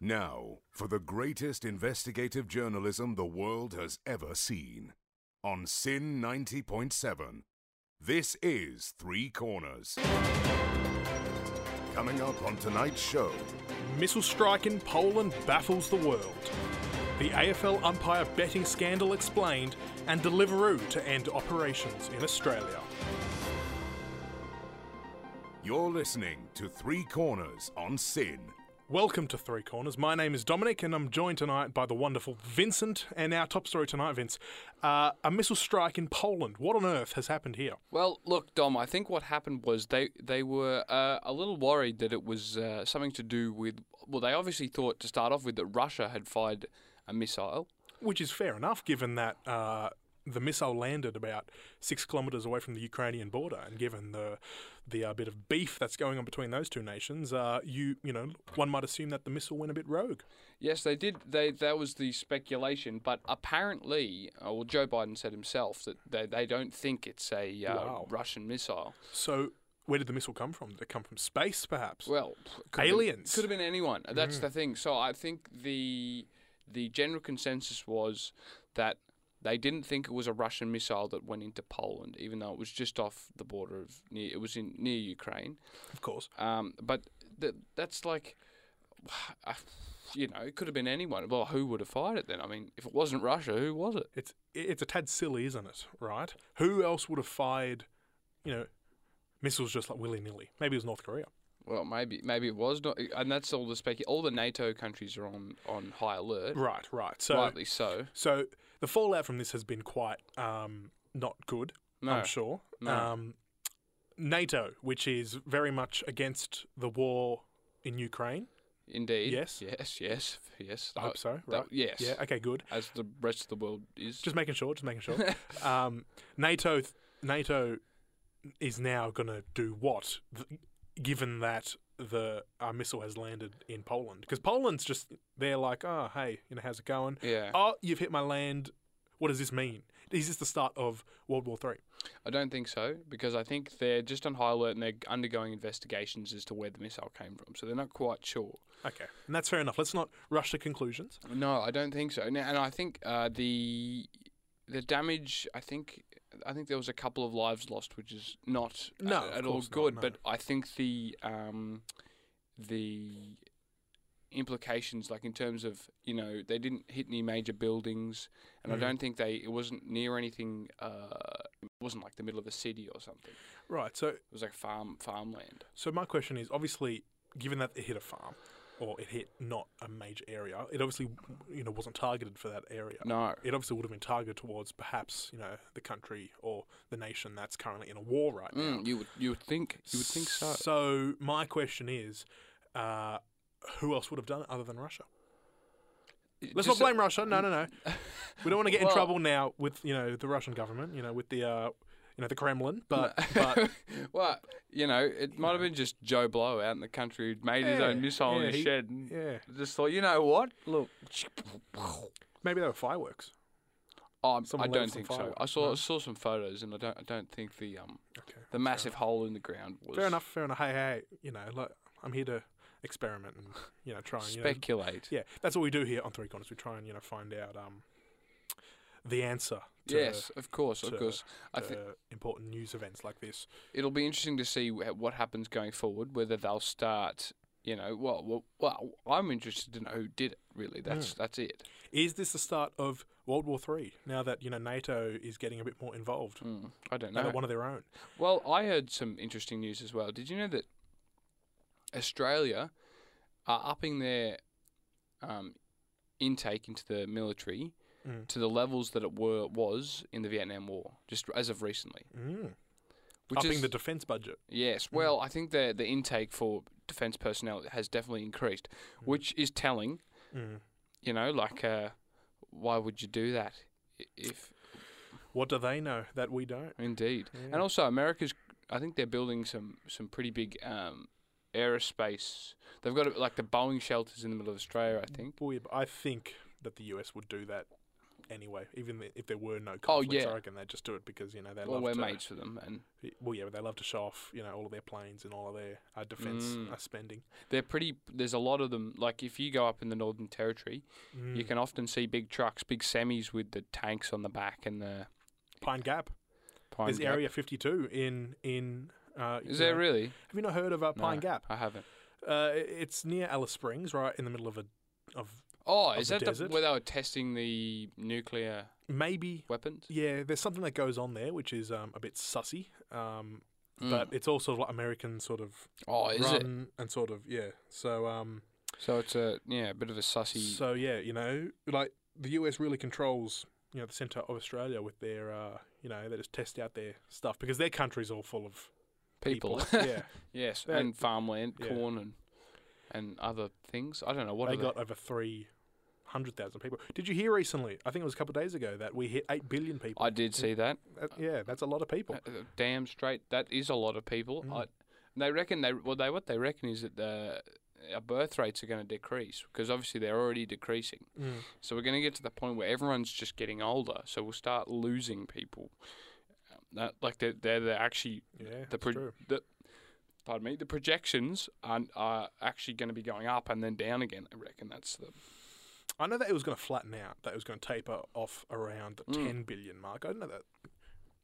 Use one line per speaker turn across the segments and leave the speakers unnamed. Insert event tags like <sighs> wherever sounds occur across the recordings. Now, for the greatest investigative journalism the world has ever seen. On Sin 90.7, this is Three Corners. Coming up on tonight's show,
Missile strike in Poland baffles the world. The AFL umpire betting scandal explained, and Deliveroo to end operations in Australia.
you're listening to Three Corners on Sin.
Welcome to Three Corners. My name is Dominic, and I'm joined tonight by the wonderful Vincent. And our top story tonight, Vince, uh, a missile strike in Poland. What on earth has happened here?
Well, look, Dom. I think what happened was they they were uh, a little worried that it was uh, something to do with. Well, they obviously thought to start off with that Russia had fired a missile.
Which is fair enough, given that uh, the missile landed about six kilometres away from the Ukrainian border, and given the the uh, bit of beef that's going on between those two nations, uh, you you know one might assume that the missile went a bit rogue.
Yes, they did. They that was the speculation, but apparently, uh, well, Joe Biden said himself that they, they don't think it's a uh,
Wow.
Russian missile.
So where did the missile come from? Did it come from space, perhaps?
Well,
Aliens. Mm.
could have been anyone. That's the thing. So I think the the general consensus was that they didn't think it was a Russian missile that went into Poland, even though it was just off the border of near, it was in near Ukraine.
of course.
Um, but th- that's like, <sighs> I- you know, it could have been anyone. Well, who would have fired it then? I mean, if it wasn't Russia, who was it?
It's it's a tad silly, isn't it? Right? Who else would have fired, you know, missiles just like willy nilly? Maybe it was North Korea.
Well, maybe maybe it was not, and that's all the spec. All the NATO countries are on on high alert,
Right, right. So
rightly so.
so the fallout from this has been quite um, not good.
No.
I'm sure.
No.
Um, NATO, which is very much against the war in Ukraine.
Indeed.
Yes.
Yes. Yes. Yes.
I hope so. Right?
Uh, that- yes.
Yeah. Okay. Good.
as the rest of the world is.
Just making sure. Just making
<laughs>
sure. um, NATO, th- NATO is now going to do what, th- given that the our missile has landed in Poland? Because Poland's just they're like, oh hey, you know how's it going?
yeah.
Oh, you've hit my land. What does this mean? Is this the start of World War Three?
I don't think so because I think they're just on high alert and they're undergoing investigations as to where the missile came from. So they're not quite sure.
Okay, and that's fair enough. Let's not rush to conclusions.
No, I don't think so. And, and I think uh, the the damage. I think I think there was a couple of lives lost, which is not a-
No, of
at all
course not,
good.
no.
But I think the um, the implications, like in terms of you know, they didn't hit any major buildings, and
Mm.
I don't think they it wasn't near anything. Uh, it wasn't like the middle of a city or something. It
Right. So,
was like farm farmland.
so my question is obviously, given that it hit a farm, or it hit not a major area, it obviously, you know, wasn't targeted for that area.
No.
it obviously would have been targeted towards perhaps you know the country or the nation that's currently in a war right now.
Mm, you would you would think you would think so.
So my question is, uh, who else would have done it other than Russia? Let's not
Just-
blame Russia. No, no, no.
<laughs>
We don't want to get in
Well-
trouble now with you know the Russian government, you know with the uh, you know the Kremlin, but
<laughs>
but
well, you know, it might have been just Joe Blow out in the country who'd made his
Yeah,
own missile
yeah,
in his
he-
shed and
yeah,
just thought, you know what?
<laughs>
Look,
maybe they were fireworks.
oh, I
Someone let
don't
off some
think so. I
fireworks,
saw
no?
saw some photos, and I don't I don't think the um
Okay,
the massive hole in the ground was
fair enough, fair enough. Hey, hey, you know, like, I'm here to experiment and you know try and you know,
Speculate.
Yeah, that's what we do here on Three Corners. We try and you know find out um, the answer. To,
yes, of course,
to-
of course. I
to
think
important news events like this.
it'll be interesting to see wh- what happens going forward. Whether they'll start, you know, well, well, well I'm interested to know who did it. Really, that's
Hmm.
that's it.
Is this the start of World War Three? Now that you know NATO is getting a bit more involved,
Mm, I don't
now
know.
that one of their own.
Well, I heard some interesting news as well. Did you know that Australia are upping their um, intake into the military
Mm.
to the levels that it were was in the Vietnam War, just as of recently?
Mm.
Which
Upping
is,
the Mm. defense budget.
yes. Well, I think the the intake for defence personnel has definitely increased, which is telling.
Mm.
You know, like uh, why would you do that i- if
What do they know that we don't?
Indeed, and also America's. I think they're building some some pretty big um, aerospace. They've got like the Boeing shelters in the middle of Australia. I think.
Boy, but I think that the US would do that anyway. Even th- if there were no conflicts,
Oh, yeah.
I reckon they'd just do it because you know they
Well,
love
we're
to.
mates with them, and
Well, yeah, but they love to show off you know all of their planes and all of their uh, defense
Mm.
uh, spending.
they're pretty. There's a lot of them. Like if you go up in the Northern Territory, you
Mm.
can often see big trucks, big semis with the tanks on the back and the
Pine Gap
pine.
is
gap.
Area 52 in in. Uh,
Is
you
there
know-
really?
Have you not heard of uh, Pine
No,
Gap?
I haven't.
Uh, i- it's near Alice Springs, right in the middle of a of
Oh,
Of
is
the
that the,
desert?
where they were testing the nuclear
maybe.
weapons?
Yeah, there's something that goes on there which is um, a bit sussy, um, but
Mm.
it's also like American sort of
oh, is it?
run and sort of yeah. So um,
So it's a yeah, a bit of a sussy.
So yeah, you know, like the US really controls, you know, the centre of Australia with their, uh, you know, they just test out their stuff because their country's all full of people.
people. <laughs>
yeah,
yes,
They-
and farmland,
yeah.
corn, and and other things. I don't know what
they
are
got over three hundred thousand people. Did you hear recently? I think it was a couple of days ago that we hit eight billion people.
I did see that.
That- yeah, that's a lot of people.
Uh, Damn straight, that is a lot of people.
Mm.
I, and they reckon they well they what they reckon is that the our birth rates are going to decrease because obviously they're already decreasing.
Mm.
So we're going to get to the point where everyone's just getting older. So we'll start losing people. Um, That, like they're, they're, they're actually
Yeah,
the,
that's
pro-
true.
the pardon me the projections are, are actually going to be going up and then down again. I reckon that's the
I know that it was going to flatten out. That it was going to taper off around the
Mm.
ten billion mark. I didn't know that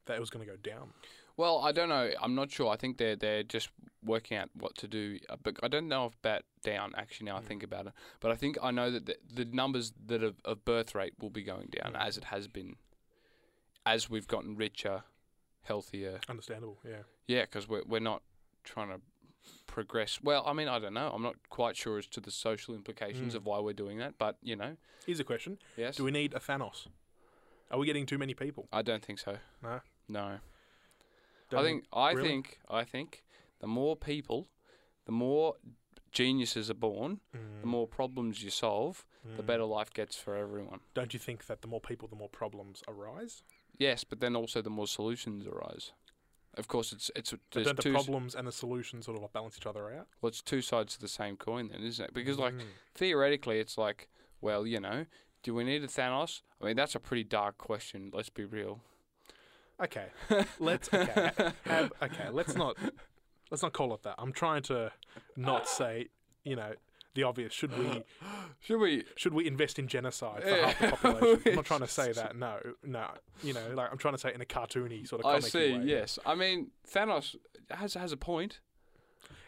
that it was going to go down.
Well, I don't know. I'm not sure. I think they're they're just working out what to do. Uh, But I don't know if bat down. Actually, now I
Mm.
think about it. But I think I know that the, the numbers that of, of birth rate will be going down
Mm.
as it has been, as we've gotten richer, healthier.
Understandable. Yeah.
Yeah, because we're we're not trying to progress. Well, I mean, I don't know. I'm not quite sure as to the social implications
Mm.
of why we're doing that. But you know,
Here's a question:
yes,
Do we need a Thanos? Are we getting too many people?
I don't think so.
No?
no. I
Don't
think I
really?
think I think the more people, the more geniuses are born, the more problems you solve, the
Mm.
better life gets for everyone.
Don't you think that the more people, the more problems arise?
Yes, but then also the more solutions arise. Of course, it's it's
So
there's
don't the
two s-
problems and the solutions sort of like balance each other out?
well, it's two sides to the same coin then, isn't it? Because like
Mm.
theoretically, it's like well, you know, do we need a Thanos? I mean, that's a pretty dark question. Let's be real.
okay, let's okay, have, okay, let's
<laughs>
not let's not call it that. I'm trying to
Ah.
not say you know the obvious. Should we
<laughs> Should we?
should we invest in genocide for
Yeah.
half the population? I'm not
<laughs>
trying to say that. No, no, you know, like I'm trying to say it in a cartoony sort of.
I
comic
see.
Way.
Yes, I mean Thanos has has a point.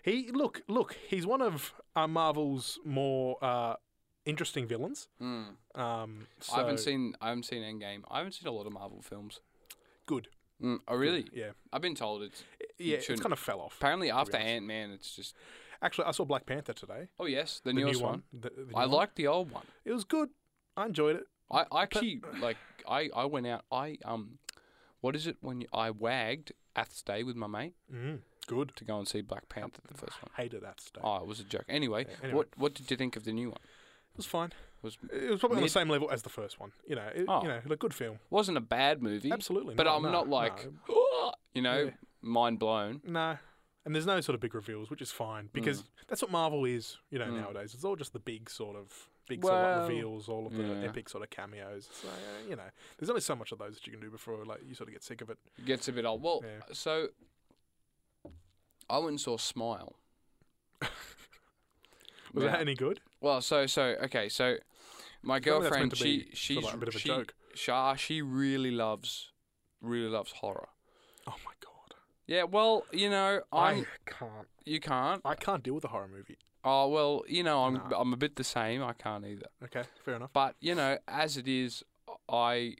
He look, look. He's one of uh, Marvel's more uh, interesting villains.
Mm.
Um, so
I haven't seen I haven't seen Endgame. I haven't seen a lot of Marvel films.
good.
Mm, oh really?
Yeah,
I've been told it's
yeah. It's
shouldn't.
kind of fell off.
apparently after
honest.
Ant Man it's just
Actually, I saw Black Panther today.
oh yes, the,
The
newest
new
one.
one. The, the new
I
one.
liked the old one.
It was good. I enjoyed it.
I, I actually like I, I went out I um what is it when you, I wagged Ath's Day with my mate
Mm, good.
to go and see Black Panther the first one.
Hated that stuff.
Oh, it was a joke. Anyway,
Yeah, anyway.
what what did you think of the new one?
It was fine.
Was
It was probably on
Mid-
the same level as the first one. You know, it,
Oh.
you know, a good film.
wasn't a bad movie,
Absolutely.
but
no,
I'm
no,
not like <gasps>
no,
you know
Yeah.
mind blown.
no. And there's no sort of big reveals, which is fine because that's what Marvel is. You know,
Mm.
nowadays it's all just the big sort of big sort of
Well,
like reveals, all of the
yeah.
epic sort of cameos. So uh, you know, there's only so much of those that you can do before like you sort of get sick of it.
It gets a bit old. Well,
Yeah.
so I went and saw Smile.
<laughs> Was
Now-
that any good?
Well, so so okay, so my
Tell me that's
girlfriend
meant to be
she she's
sort of like a bit of a
she,
joke.
Shah, she really loves really loves horror.
Oh my god.
Yeah, well, you know, I'm
I can't.
you can't.
I can't deal with a horror movie.
Oh well, you know, I'm
Nah.
I'm a bit the same. I can't either.
Okay, fair enough.
But you know, as it is, I,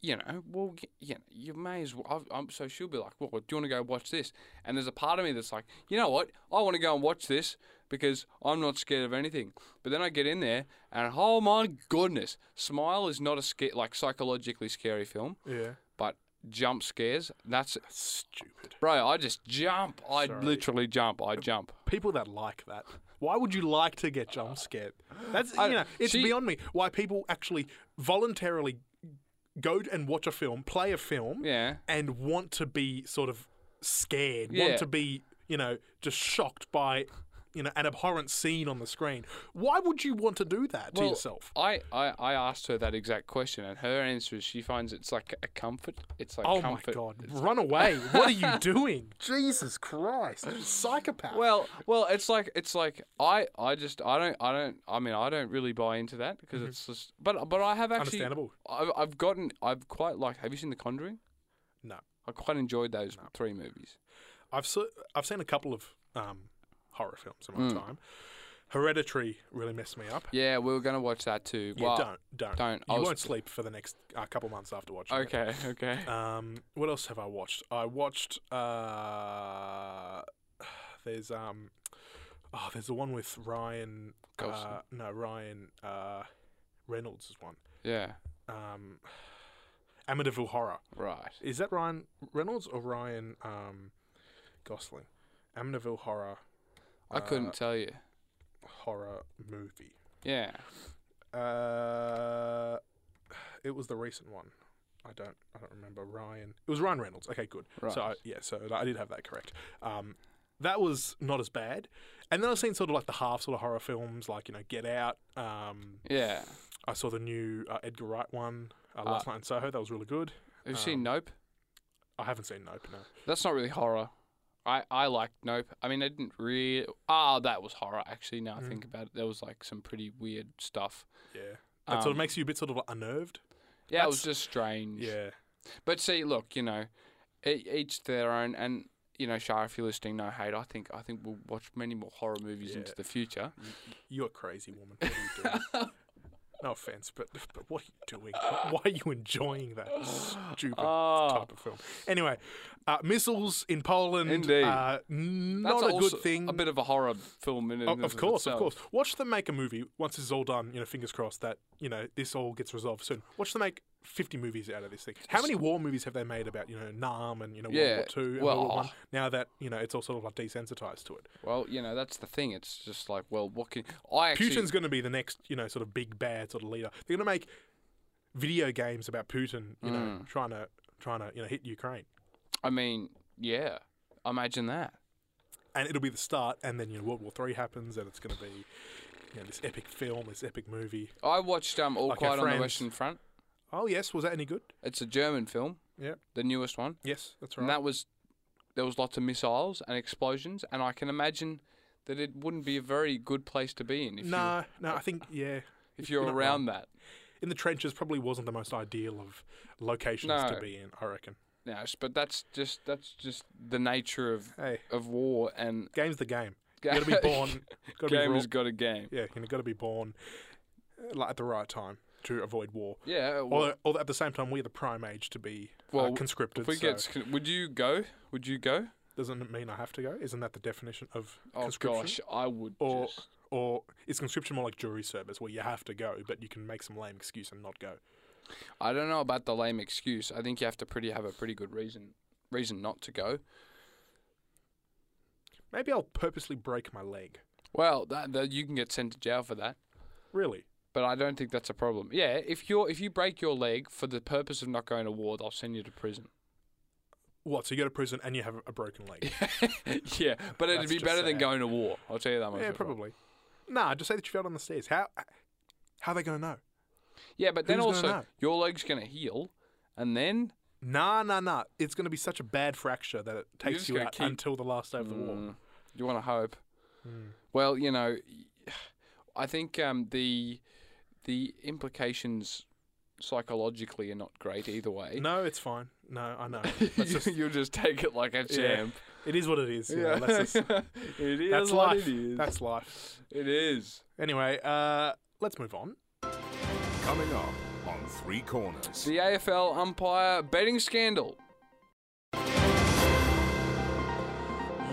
you know, well, y- you know, you may as well. I've, I'm so she'll be like, well, do you want to go watch this? And there's a part of me that's like, you know what? I want to go and watch this because I'm not scared of anything. But then I get in there and oh my goodness, Smile is not a sca- like psychologically scary film,
Yeah.
but jump scares. That's
Stupid.
bro. I just jump. I
Sorry.
literally jump. I jump.
People that like that. Why would you like to get jump scared? That's
I-
you know, it's
she-
beyond me why people actually voluntarily go and watch a film, play a film,
Yeah.
and want to be sort of scared,
Yeah.
want to be you know just shocked by you know an abhorrent scene on the screen. Why would you want to do that to
Well,
yourself?
I, I, I asked her that exact question, and her answer is she finds it's like a comfort. It's like
Oh
comfort.
my god! Run away! what are <laughs> you doing? Jesus Christ! Psychopath.
Well, well, it's like it's like I, I just I don't I don't I mean I don't really buy into that because it's just but but I have actually
Mm-hmm. understandable.
I've, I've gotten I've quite like have you seen The Conjuring?
No,
I quite enjoyed those three movies.
I've se- I've seen a couple of um, horror films in my
Mm.
time. Hereditary really messed me up.
Yeah, we were gonna watch that too.
Yeah,
Well,
don't don't
don't. I
You
was-
won't sleep for the next uh, couple months after watching. it.
Okay, okay.
Um, what else have I watched? I watched. Uh, <sighs> there's um, oh, there's the one with Ryan.
Gosling.
Uh, no, Ryan uh, Reynolds is one.
yeah,
Um, Amityville Horror.
right.
Is that Ryan Reynolds or Ryan um, Gosling? Amityville Horror.
I
uh,
couldn't tell you.
horror movie.
Yeah.
Uh, it was the recent one. I don't. I don't remember Ryan. It was Ryan Reynolds. Okay, good. So I,
Right.
yeah, so I did have that correct. Um, that was not as bad. And then I've seen sort of like the half sort of horror films, like you know Get Out. Um,
Yeah.
I saw the new uh, Edgar Wright one uh, last night in Soho. That was really good.
Have you seen
Um,
Nope?
I haven't seen Nope. No.
That's not really horror. I, I liked Nope. I mean, I didn't really. Ah, that was horror, actually, now I think
Mm.
about it. There was, like, some pretty weird stuff.
Yeah. That sort of
Um,
makes you a bit sort of unnerved.
Yeah, it was just strange.
Yeah.
But see, look, you know, e- each to their own. And, you know, Shah, if you're listening, no hate. I think I think we'll watch many more horror movies into
Yeah.
the future.
You're a crazy woman. What are you
<laughs>
doing? no offense, but, but what are you doing? Why are you enjoying
<gasps>
that stupid
Oh.
type of film? Anyway, uh, missiles in Poland.
Indeed.
Uh, n- not a
also
good thing.
A bit of a horror film in and
O- of course,
itself.
of course. Watch them make a movie once this is all done. You know, fingers crossed that you know this all gets resolved soon. Watch them make fifty movies out of this thing. How many war movies have they made about you know Nam and you know
Yeah,
World War Two and World
well-
War One? Now that you know it's all sort of like desensitized to it.
Well, you know, that's the thing. It's just like, well, what can. I actually.
Putin's going to be the next, you know, sort of big bad sort of leader. They're going to make video games about Putin, you
Mm.
know, trying to trying to you know hit Ukraine,
I mean, yeah. Imagine that.
and it'll be the start. And then you know World War Three happens, and it's going to be you know this epic film, this epic movie.
I watched um, All
Like our
Quiet on the
friends.
Western Front.
Oh yes, was that any good?
It's a German film,
Yeah,
the newest one,
yes, that's right.
and that was there was lots of missiles and explosions, and I can imagine that it wouldn't be a very good place to be in if you,
no, no, I think yeah.
if you're
not
around that.
in the trenches, probably wasn't the most ideal of locations to
No.
be in. I reckon.
No, s- but that's just that's just the nature of
Hey,
of war
<laughs>
and
game's the game. You got to be
<laughs>
born. Got to be
game
raw-
has got a game.
Yeah, you got to be born uh, like at the right time to avoid war.
Yeah. Well,
Although, although at the same time, we're the prime age to be uh,
Well,
conscripted.
if we
so
get, sc- would you go? Would you go?
doesn't it mean I have to go? Isn't that the definition of
Oh
conscription?
gosh, I would.
Or
just-
or is conscription more like jury service, where you have to go, but you can make some lame excuse and not go?
I don't know about the lame excuse. I think you have to pretty have a pretty good reason reason not to go.
Maybe I'll purposely break my leg.
Well, that, that you can get sent to jail for that,
Really?
but I don't think that's a problem. Yeah, if you're if you break your leg for the purpose of not going to war, they'll send you to prison. <laughs>
What? So you go to prison and you have a broken leg?
yeah, but it'd
That's
be
just
better than
sad.
going to war. I'll tell you that much.
yeah,
for sure.
probably. Nah, just say that you fell down the stairs. How? How are they gonna know?
Yeah, but then
Who's gonna
also
know?
your leg's gonna heal, and then
Nah, nah, nah. It's gonna be such a bad fracture that it takes
just
you
gotta
out
keep-
until the last day of the war.
Mm, you want to hope.
Hmm.
Well, you know, I think um, the the implications psychologically are not great either way. <laughs>
No, it's fine. No, I know. That's just,
You'll just take it like a champ.
it is what <laughs> it is. you know, that's just-
<laughs> it is
That's
what
life.
it is.
That's life.
It is.
Anyway, uh, let's move on.
Coming up on Three Corners.
The AFL umpire betting scandal.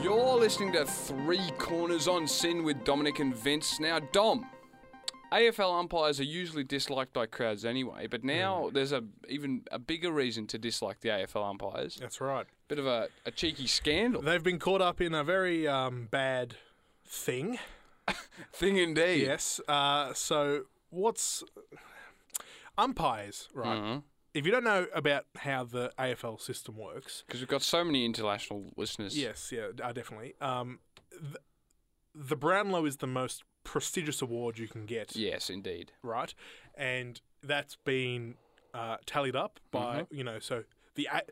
You're listening to Three Corners on Sin with Dominic and Vince. Now, Dom, AFL umpires are usually disliked by crowds anyway, but
Hmm.
now there's a even a bigger reason to dislike the AFL umpires.
That's right.
Bit of a, a cheeky scandal
They've been caught up in a very um, bad thing.
thing, indeed.
Yes. Uh, so what's umpires,
Uh-huh.
right? If you don't know about how the AFL system works,
Because we've got so many international listeners.
yes, yeah, uh, definitely. Um, th- the Brownlow is the most prestigious award you can get,
Yes, indeed.
right? And that's been uh, tallied up by you know so. The, a-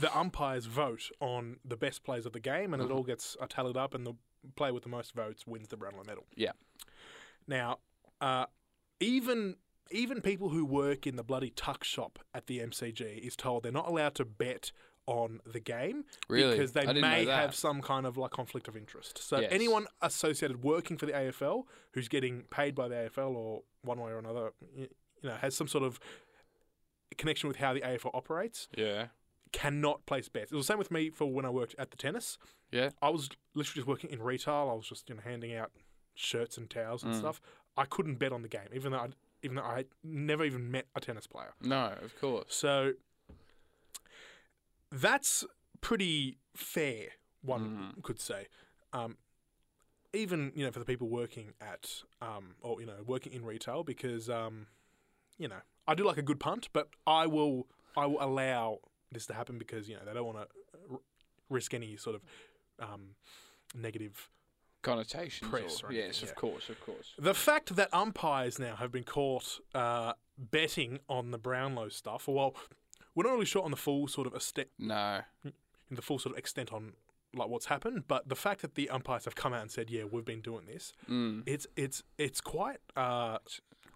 the umpires vote on the best plays of the game, and it all gets uh, tallied up, and the player with the most votes wins the Brownlow medal.
Yeah.
Now, uh, even even people who work in the bloody tuck shop at the MCG is told they're not allowed to bet on the game
Really?
because they
I didn't know
may
that.
have some kind of like conflict of interest. So
Yes.
anyone associated working for the AFL who's getting paid by the AFL or one way or another, y- you know, has some sort of connection with how the AFL operates
Yeah.
cannot place bets. It was the same with me for when I worked at the tennis.
Yeah.
I was literally just working in retail. I was just you know handing out shirts and towels
Mm.
and stuff. I couldn't bet on the game, even though I even though I had never even met a tennis player.
No, of course.
So that's pretty fair, one could say. Um, even you know for the people working at um, or you know working in retail because um, you know I do like a good punt, but I will I will allow this to happen because you know they don't want to r- risk any sort of um, negative
Connotations.
Press or
or-
anything,
yes,
yeah.
of course, of course.
The fact that umpires now have been caught uh, betting on the Brownlow stuff, well, we're not really sure on the full sort of este-
No.
the full sort of extent on like what's happened, but the fact that the umpires have come out and said, "Yeah, we've been doing this,"
Mm.
it's it's it's quite uh,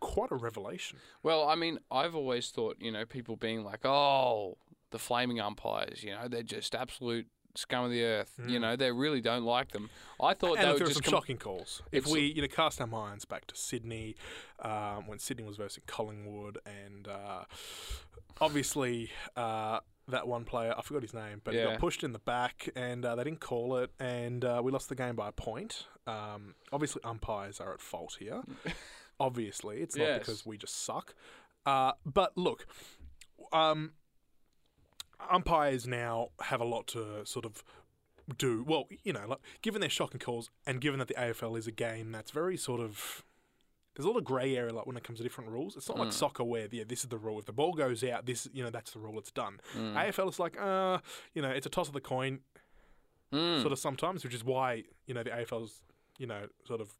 quite a revelation.
Well, I mean, I've always thought, you know, people being like, oh, the flaming umpires, you know, they're just absolute scum of the earth. You know, they really don't like them. I thought
and
they
look,
were
there were
just
some
com-
shocking calls. If
It's-
we you know cast our minds back to Sydney, um, when Sydney was versus Collingwood, and uh, obviously uh, that one player I forgot his name, but he
Yeah.
got pushed in the back, and uh, they didn't call it, and uh, we lost the game by a point. Um, obviously, umpires are at fault here.
Mm.
obviously, it's not
Yes.
because we just suck. Uh, but look, um, umpires now have a lot to sort of do. Well, you know, like, given their shocking calls and given that the AFL is a game that's very sort of. There's a lot of grey area like when it comes to different rules. It's not like soccer where yeah, this is the rule. If the ball goes out, this you know that's the rule. It's done.
eh?
AFL is like uh, you know, it's a toss of the coin
Mm.
sort of sometimes, which is why you know the AFL's you know sort of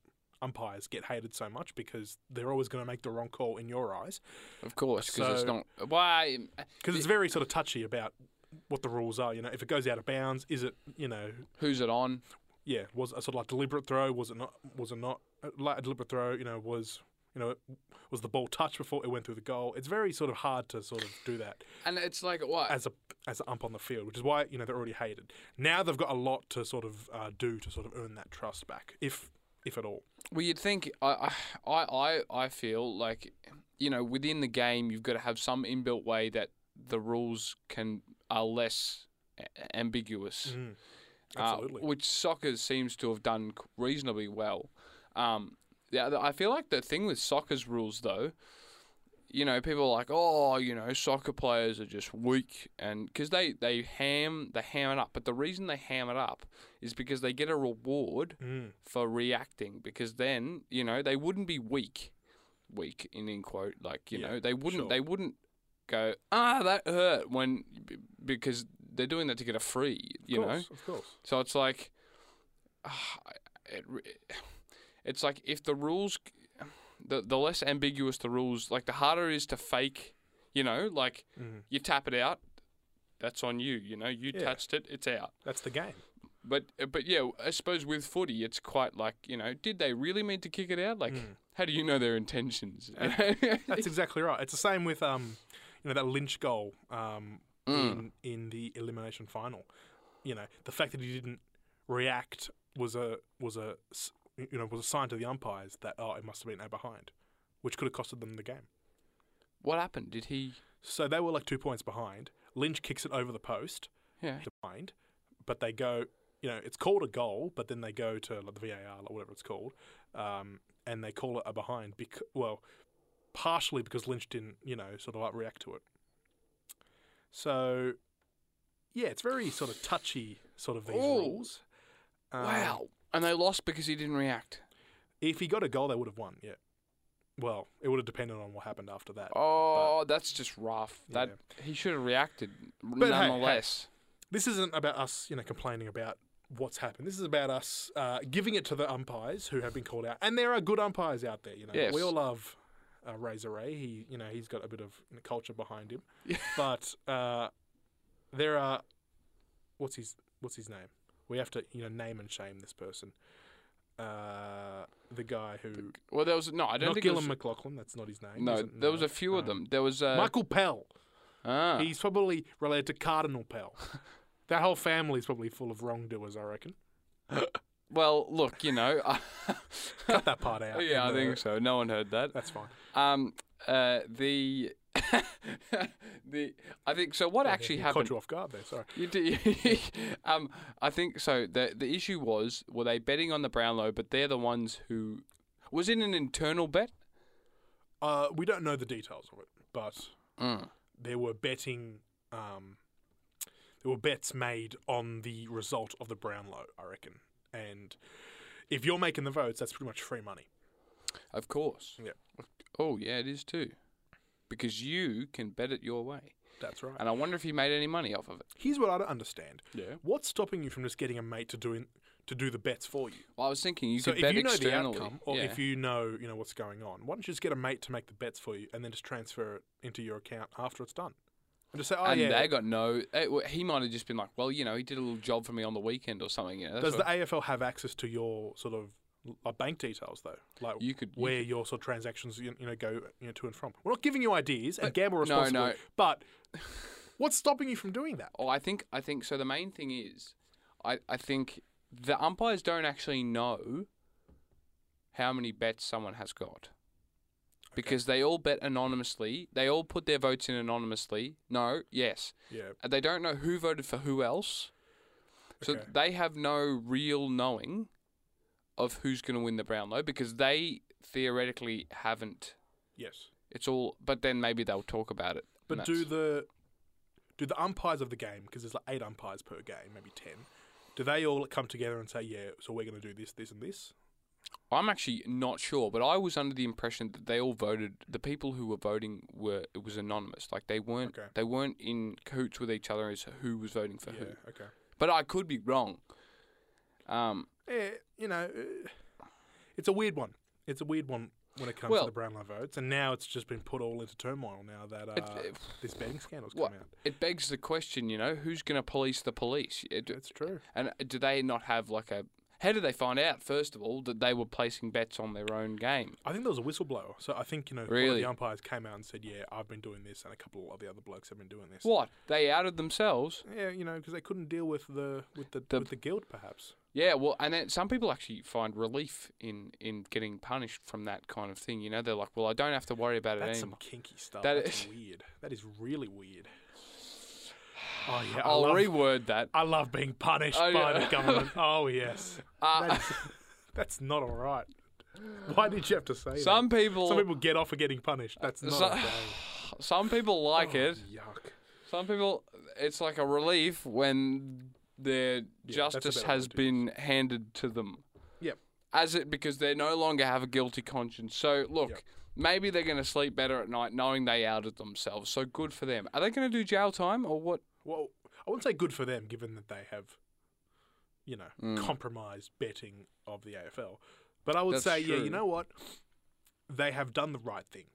umpires get hated so much because they're always going to make the wrong call in your eyes
Of course, because
So-
it's not. Why?
because it's very sort of touchy about what the rules are. You know, if it goes out of bounds, is it you know
Who's it on?
yeah, was a sort of like deliberate throw? Was it not? Was it not uh, like a deliberate throw? You know, was you know was the ball touched before it went through the goal? It's very sort of hard to sort of do that
And it's like, what?
as a as an ump on the field, which is why you know they're already hated. Now they've got a lot to sort of uh, do to sort of earn that trust back, if if at all.
Well, you'd think I, I, I, I feel like, you know, within the game, you've got to have some inbuilt way that the rules can are less a- ambiguous.
Mm.
uh,
Absolutely.
which soccer seems to have done c- reasonably well. Um, yeah, th- I feel like the thing with soccer's rules, though, you know, people are like, oh, you know, soccer players are just weak, and because they they ham they ham it up. But the reason they ham it up is because they get a reward
Mm.
for reacting. Because then, you know, they wouldn't be weak, weak in in quote, like you
Yeah,
know, they wouldn't
sure.
they wouldn't go ah that hurt when b- because they're doing that to get a free, you
of
know.
course, of course.
So it's like, <sighs> ah, it, re- <sighs> it's like if the rules, <sighs> the the less ambiguous the rules, like the harder it is to fake. You know, like
Mm.
you tap it out, that's on you. You know, you
Yeah.
touched it, it's out.
That's the game.
But uh, but yeah, I suppose with footy, it's quite like you know, did they really mean to kick it out? Like, how do you know their intentions?
Hmm. Uh,
<laughs>
<laughs> That's exactly right. It's the same with um, you know, that Lynch goal um, in in the elimination final. You know, the fact that he didn't react was a was a s- you know was a sign to the umpires that oh it must have been out behind, which could have costed them the game.
what happened? Did he?
So they were like two points behind. Lynch kicks it over the post
Yeah.
to behind, but they go. You know, it's called a goal, but then they go to like, the VAR, like whatever it's called, um, and they call it a behind. Because well, partially because Lynch didn't, you know, sort of like react to it. So, yeah, it's very sort of touchy, sort of these
Ooh.
rules. Um,
wow. And they lost because he didn't react.
If he got a goal, they would have won. Yeah. Well, it would have depended on what happened after that.
Oh, that's just rough.
Yeah.
That he should have reacted
hey,
nonetheless.
This isn't about us, you know, complaining about what's happened. This is about us uh, giving it to the umpires who have been called out, and there are good umpires out there. You know,
Yes.
we all love uh, Razor Ray. He, you know, he's got a bit of you know, culture behind
<laughs>
him, but uh, there are what's his what's his name? We have to you know name and shame this person. Uh, the guy who
Well, there was no. I don't
not
think. it
Gillan
was,
McLaughlin. That's not his name.
no,
is it?
there was a few of
no.
them. There was uh,
Michael Pell.
ah,
He's probably related to Cardinal
<laughs>
Pell. that whole family's probably full of wrongdoers. I reckon.
well, look, you know. <laughs>
Cut that part out.
yeah, I
in the-
think so. No one heard that.
That's fine.
Um, uh, the, <laughs> the, I think so. What
Yeah,
actually
yeah,
happened?
Caught you off guard there. Sorry.
You do. <laughs> um, I think so. the The issue was were they betting on the Brownlow, but they're the ones who was it an internal bet?
Uh, we don't know the details of it, but
Mm.
there were betting. Um, there were bets made on the result of the Brownlow. I reckon, and if you're making the votes, that's pretty much free money.
Of course.
Yeah.
Oh yeah, it is too, because you can bet it your way.
That's right.
And I wonder if he made any money off of it.
Here's what I don't understand.
Yeah.
What's stopping you from just getting a mate to doing to do the bets for you?
Well, I was thinking you
so
could
if
bet
you know
externally.
the outcome, or
yeah.
if you know you know what's going on, why don't you just get a mate to make the bets for you, and then just transfer it into your account after it's done, and just say, "Oh
and
yeah."
they got no. eh, well, He might have just been like, "Well, you know, he did a little job for me on the weekend or something." You know,
Does
that's
the
what-
AFL have access to your sort of like bank details though, like
You could- you
where your sort of transactions you you know go you know to and from? We're not giving you ideas and gamble
no, no.
responsibly,
<laughs>
but what's stopping you from doing that?
Oh, I think I think so. The main thing is, I I think the umpires don't actually know how many bets someone has got because they all bet anonymously. They all put their votes in anonymously. No, yes,
Yeah,
And they don't know who voted for who else, so
Okay.
they have no real knowing of who's going to win the Brownlow because they theoretically haven't.
yes.
It's all, but then maybe they'll talk about it. and
But do
that's-
the do the umpires of the game because there's like eight umpires per game, maybe ten? Do they all come together and say, "Yeah, so we're going to do this, this, and this"?
I'm actually not sure, but I was under the impression that they all voted. The people who were voting were it was anonymous. Like they weren't
Okay.
they weren't in cahoots with each other as who was voting for who.
Yeah. Okay.
But I could be wrong. Um,
Yeah, you know, eh, it's a weird one. It's a weird one when it comes
Well-
to the Brownlow votes, and now it's just been put all into turmoil now that uh,
it-
this betting scandal's
eh, what-
come out.
it begs the question, you know, who's going to police the police? It-
It's true.
And do they not have like a? How do they find out first of all that they were placing bets on their own game?
I think there was a whistleblower, so I think you know one of
Really?
the umpires came out and said, "Yeah, I've been doing this," and a couple of the other blokes have been doing this.
What they outed themselves?
Yeah, you know, because they couldn't deal with the with the,
The-
with the guild, perhaps.
Yeah, well, and then some people actually find relief in in getting punished from that kind of thing. You know, they're like, well, I don't have to worry about it
That's some
anymore.
kinky stuff.
That
That's
is-
weird. That is really weird. Oh yeah, I
<laughs> I'll
love,
reword that.
I love being punished
Oh,
by
yeah.
the
<laughs>
government. Oh yes,
Uh,
That is- <laughs> that's not all right. Why did you have to say
some
that?
people,
Some people get off for getting punished. That's not
so- <sighs>
okay.
some people like
Oh,
it.
Yuck.
Some people, it's like a relief when their
that's a
justice
better
has
word to
been handed to them.
Yep.
As it because they no longer have a guilty conscience. So look,
Yep.
maybe they're going to sleep better at night knowing they outed themselves. So good for them. Are they going to do jail time or what?
Well, I wouldn't say good for them, given that they have, you know, compromised betting of the AFL. But I would
Mm. That's
say, yeah,
true.
you know what? They have done the right thing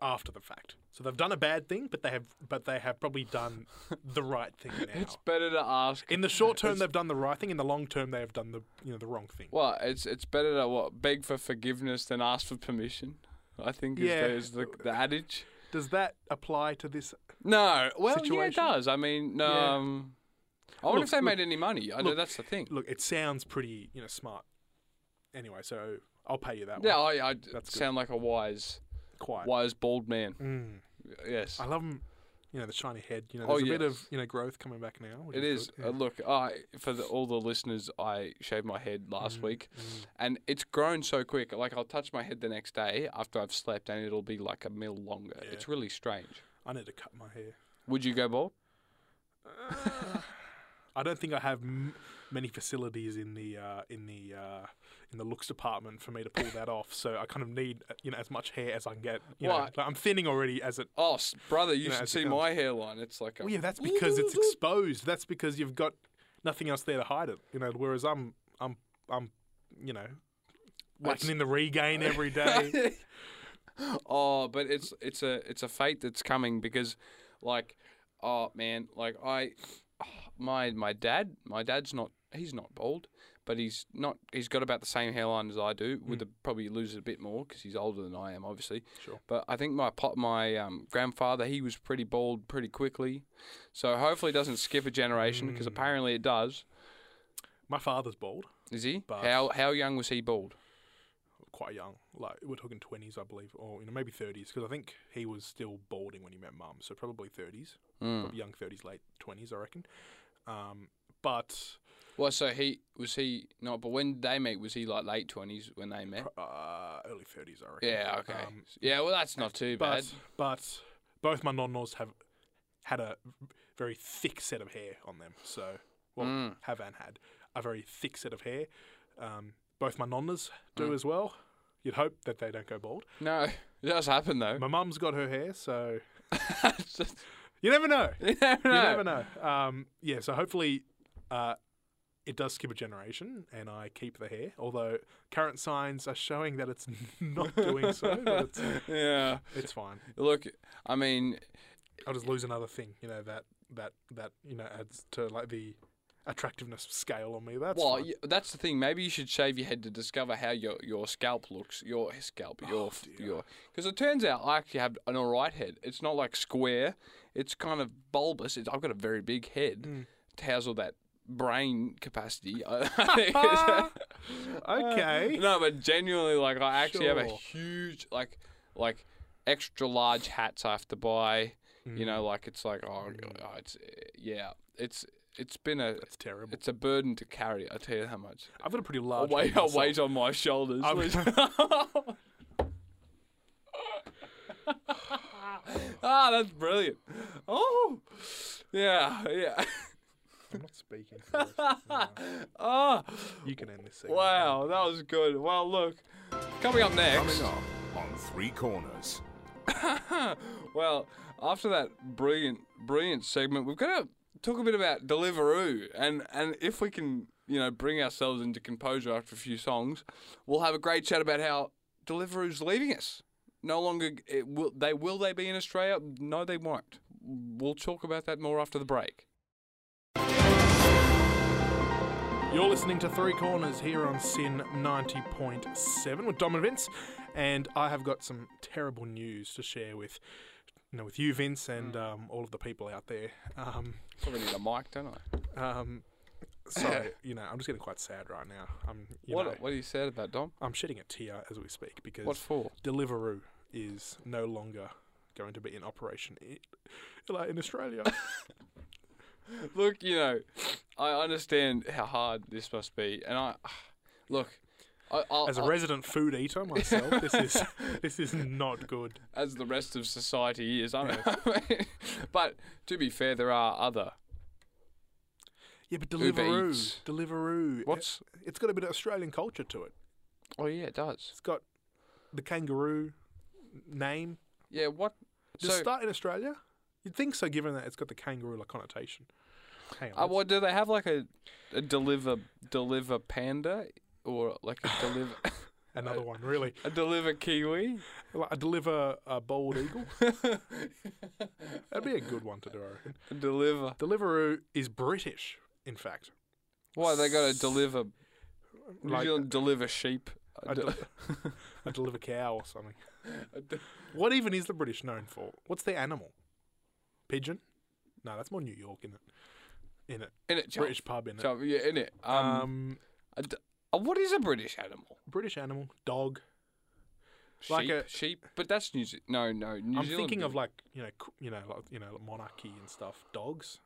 after the fact. So they've done a bad thing, but they have, but they have probably
<laughs>
done the right thing now.
It's better to ask
in the short term, they've done the right thing. In the long term, they have done the you know the wrong thing.
Well, it's it's better to what beg for forgiveness than ask for permission. I think
Yeah.
is, the, is the, the adage.
Does that apply to this
No, well, yeah, it
Situation?
does. I mean, no,
Yeah.
um, I wonder
Look,
if they
look,
made any money. I know
look,
that's the thing.
look, it sounds pretty, you know, smart. Anyway, so I'll pay you that
yeah,
one.
I, I
good.
sound like a wise,
Quiet.
wise bald man.
Mm.
Yes,
I love them. You know, the shiny head. You know,
Oh,
there's a bit of
yes.
you know growth coming back now. which
it is.
good,
Uh,
yeah.
look, I for the, all the listeners, I shaved my head last
Mm,
week, and it's grown so quick. Like I'll touch my head the next day after I've slept, and it'll be like a mil longer.
Yeah.
It's really strange.
I need to cut my hair.
Would you go bald?
I don't think I have m- many facilities in the uh, in the uh, in the looks department for me to pull that <laughs> off. So I kind of need uh, you know as much hair as I can get. You know,
Well,
like, I'm thinning already as it.
Oh, s- brother, you
No,
should
it's
see
a-
my hairline. It's like a
Well, yeah, that's because it's exposed. That's because you've got nothing else there to hide it. You know, whereas I'm I'm I'm you know
It's-
working in the
<laughs>
regain every day.
oh, but it's it's a it's a fate that's coming because, like, oh man, like I, my my dad, my dad's not he's not bald, but he's not he's got about the same hairline as I do. With a, probably loses a bit more because he's older than I am, obviously.
Sure.
But I think my pop, my um, grandfather he was pretty bald pretty quickly, so hopefully it doesn't skip a generation because apparently it does.
My father's bald,
Is he?
But-
How how young was he bald?
quite young. Like we're talking twenties, I believe, or you know maybe thirties, because I think he was still balding when he met mum. So probably thirties,
Mm.
probably young thirties, late twenties, I reckon. Um, but
Well, so he was he not? But when did they met, was he like late twenties when they met?
uh, early thirties, I reckon.
Yeah, okay.
Um,
yeah, well, that's not too bad.
but but both my non-laws have had a very thick set of hair on them. So well,
Mm.
have and had a very thick set of hair. Um, both my nonnas do
Hmm.
as well. You'd hope that they don't go bald.
No, it does happen though. <laughs>
My mum's got her hair, so
It's just-
you never know.
you
<laughs>
never
You
know.
never know. Um, yeah, so hopefully uh, it does skip a generation and I keep the hair, although current signs are showing that it's <laughs> not doing so, but
<laughs>
it's,
yeah.
it's fine.
Look, I mean,
I'll just lose another thing, you know, that, that, that you know, adds to like the attractiveness scale on me. That's
well, <laughs>
fine.
y that's the thing. Maybe you should shave your head to discover how your, your scalp looks. Your scalp, your f your. Because it turns out I actually have an alright head. It's not like square. It's kind of bulbous. It's, I've got a very big head. To house all that brain capacity. <laughs>
<laughs> okay.
Uh, No, but genuinely, like I actually have a
Sure.
huge, like, like extra large hats I have to buy. You
Mm.
know, like it's like oh, oh, it's yeah, it's it's been a
That's terrible.
it's a burden to carry. I tell you how much.
I've got a pretty
A
large
weight,
head
a
myself.
weight on my shoulders.
I'm- <laughs>
<laughs> ah, that's brilliant. Oh, yeah, yeah. <laughs>
I'm not speaking. for the rest of the night.
Oh,
you can end this segment.
wow, that was good. Well, look, coming up next.
Coming up on Three Corners.
Well, after that brilliant, brilliant segment, we've got to talk a bit about Deliveroo, and and if we can, you know, bring ourselves into composure after a few songs, we'll have a great chat about how Deliveroo's leaving us. No longer it will they will they be in Australia? No, they won't. We'll talk about that more after the break.
You're listening to Three Corners here on Sin 90.7 with Dom and Vince, and I have got some terrible news to share with, you know, with you, Vince,
Hmm.
and um, all of the people out there. Um,
Probably need a mic, don't I?
um, so
<laughs>
you know, I'm just getting quite sad right now. I'm, you
What
know,
what are you sad about, Dom?
I'm shedding a tear as we speak because
What for?
Deliveroo is no longer going to be in operation in, like in
<laughs>
Australia.
Look, you know, I understand how hard this must be, and I <sighs> look. I, I'll,
As a
I'll-
resident food eater myself, this
<laughs>
is this is not good.
as the rest of society is. I
<laughs>
don't know. <laughs> but to be fair, there are other.
Yeah, but
Uber
Deliveroo,
Eats.
Deliveroo.
What's-
it- it's got a bit of Australian culture to it.
Oh yeah, it does.
It's got the kangaroo name.
Yeah, what?
Does
so,
it start in Australia? You'd think so, given that it's got the kangaroo like connotation. Hang
uh,
on.
what do they have like a, a deliver deliver panda or like a
<laughs>
deliver
let's- another one, really.
a deliver kiwi?
Like a deliver a bald eagle. That'd be a good one to do, I reckon.
<laughs> A deliver.
Deliveroo is British, in fact.
Why they got to deliver? New
Like-
Zealand deliver sheep. A
A,
de-
del- a deliver cow or something. <laughs>
a de-
What even is the British known for? What's their animal? Pigeon? No, that's more New York, isn't it? In it.
in it, British.
British pub, in it.
Yeah, in it. Um,
Um,
a d- uh, what is a British animal?
British animal, dog. Like
Sheep.
a-
sheep, but that's New Zealand. No, no, New
I'm
Zealand.
thinking of
do-
like you know, c- you know, like, you know, like monarchy and stuff. Dogs.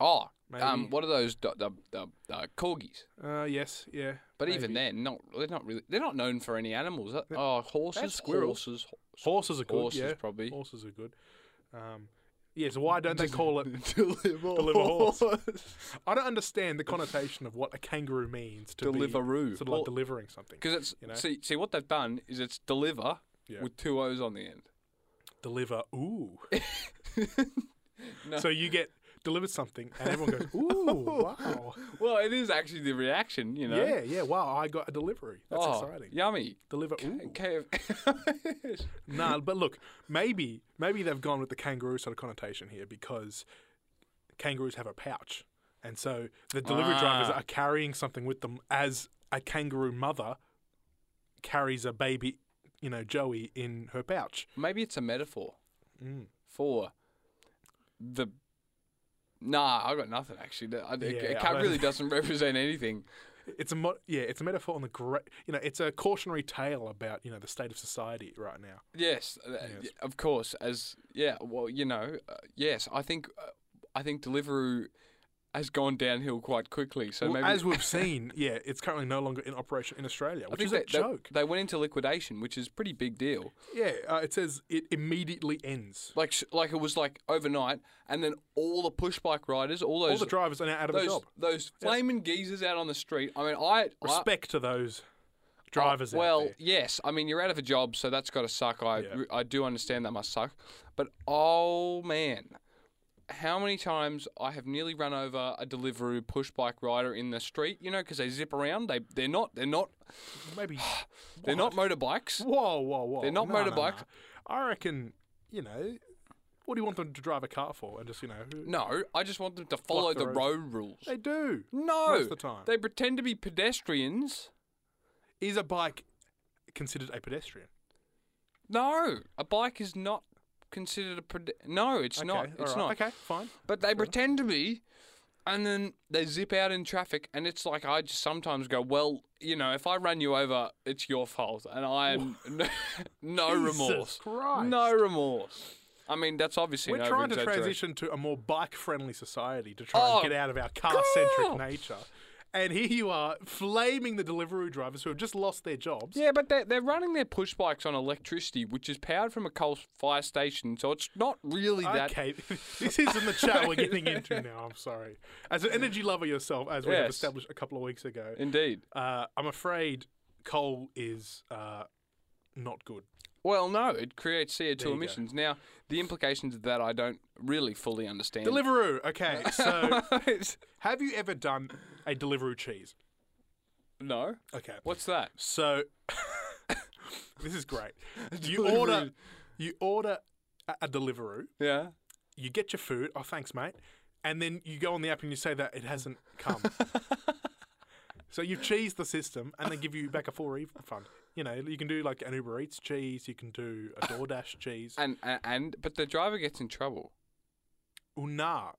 oh,
maybe.
um, what are those? do- The the, the corgis.
Uh, yes, yeah.
But
maybe.
even then, not they're not really they're not known for any animals. That- Oh, horses,
squirrels.
horses, ho-
horses are good.
horses
yeah.
probably.
Horses are good. Um, yeah. So why
<laughs>
don't they call it? <laughs>
Deliver,
Deliver
<laughs>
horse. I don't understand the connotation of what a kangaroo means to be
Deliveroo.
sort of like
Well,
delivering something.
Because it's
You know?
see see what they've done is it's deliver
Yeah.
with two O's on the end.
Deliver. Ooh.
<laughs> No.
So you get delivered something, and everyone goes,
<laughs>
"Ooh, wow!
Well, it is actually the reaction, you know.
Yeah, yeah, wow! I got a delivery. That's
oh,
exciting.
Yummy.
Deliver. Ooh.
KF.
<laughs> Nah, but look, maybe maybe they've gone with the kangaroo sort of connotation here because kangaroos have a pouch, and so the delivery drivers
Ah.
are carrying something with them as a kangaroo mother carries a baby, you know, Joey in her pouch.
<laughs> Maybe it's a metaphor
Mm.
for the. Nah, I got nothing actually. I, it,
Yeah,
it
I
can't,
don't- <laughs>
really doesn't represent anything.
It's a mo- yeah, it's a metaphor on the great, you know, it's a cautionary tale about you know the state of society right now.
Yes, uh,
Yes.
y- of course. As yeah, well, you know, uh, yes. I think, uh, I think Deliveroo has gone downhill quite quickly. So
Well,
maybe
as
<laughs>
we've seen, yeah, it's currently no longer in operation in Australia, which is a
they, they-
joke.
They, went into liquidation, which is pretty big deal.
yeah, uh, it says it immediately ends.
Like sh- like it was like overnight, and then all the push bike riders, all
All
those
the drivers are now out of a
those
job.
those flaming geezers out on the street. I mean, I I-
Respect to those drivers.
Oh, well,
out there.
yes. I mean, you're out of a job, so that's got to suck. I
Yeah.
I do understand that must suck, but oh man, how many times I have nearly run over a Deliveroo push bike rider in the street? You know, because they zip around. They they're not they're not
maybe
<sighs> they're not motorbikes.
Whoa, whoa, whoa!
They're not
No, no,
motorbikes.
no. I reckon you know. What do you want them to drive a car for? And just you know,
No, I just want them to follow
the
the,
road.
road rules.
they do.
no,
most of the time.
they pretend to be pedestrians.
Is a bike considered a pedestrian?
No, a bike is not considered a pede- no. It's
Okay,
not.
all
It's
right.
not.
Okay, fine.
But they pretend to be, and then they zip out in traffic, and it's like I just sometimes go, well, you know, if I run you over, it's your fault, and I am <laughs> no, no
Jesus
remorse,
Christ.
no remorse. I mean, that's obviously
We're
an
trying to
overexaggeration.
transition to a more bike-friendly society to try
Oh,
and get out of our car-centric
God.
nature. And here you are flaming the delivery drivers who have just lost their jobs.
Yeah, but they're, they're running their push bikes on electricity, which is powered from a coal fire station, so it's not really that.
Okay, <laughs> this isn't the chat we're getting into now. I'm sorry. As an energy lover yourself, as we have
Yes.
established a couple of weeks ago,
Indeed.
uh, I'm afraid coal is uh, not good.
Well, no, it creates CO2
you go.
emissions. Now, the implications of that I don't really fully understand.
Deliveroo. Okay, so have you ever done a Deliveroo cheese?
<laughs> no.
Okay.
What's that?
So <laughs> this is great. You
Deliveroo.
order you order a, a Deliveroo,
Yeah.
you get your food, oh thanks mate, and then you go on the app and you say that it hasn't come. so you cheese the system and they give you back a full refund. You know, you can do like an Uber Eats cheese, you can do a DoorDash cheese.
And, and and but the driver gets in trouble.
Well, nah.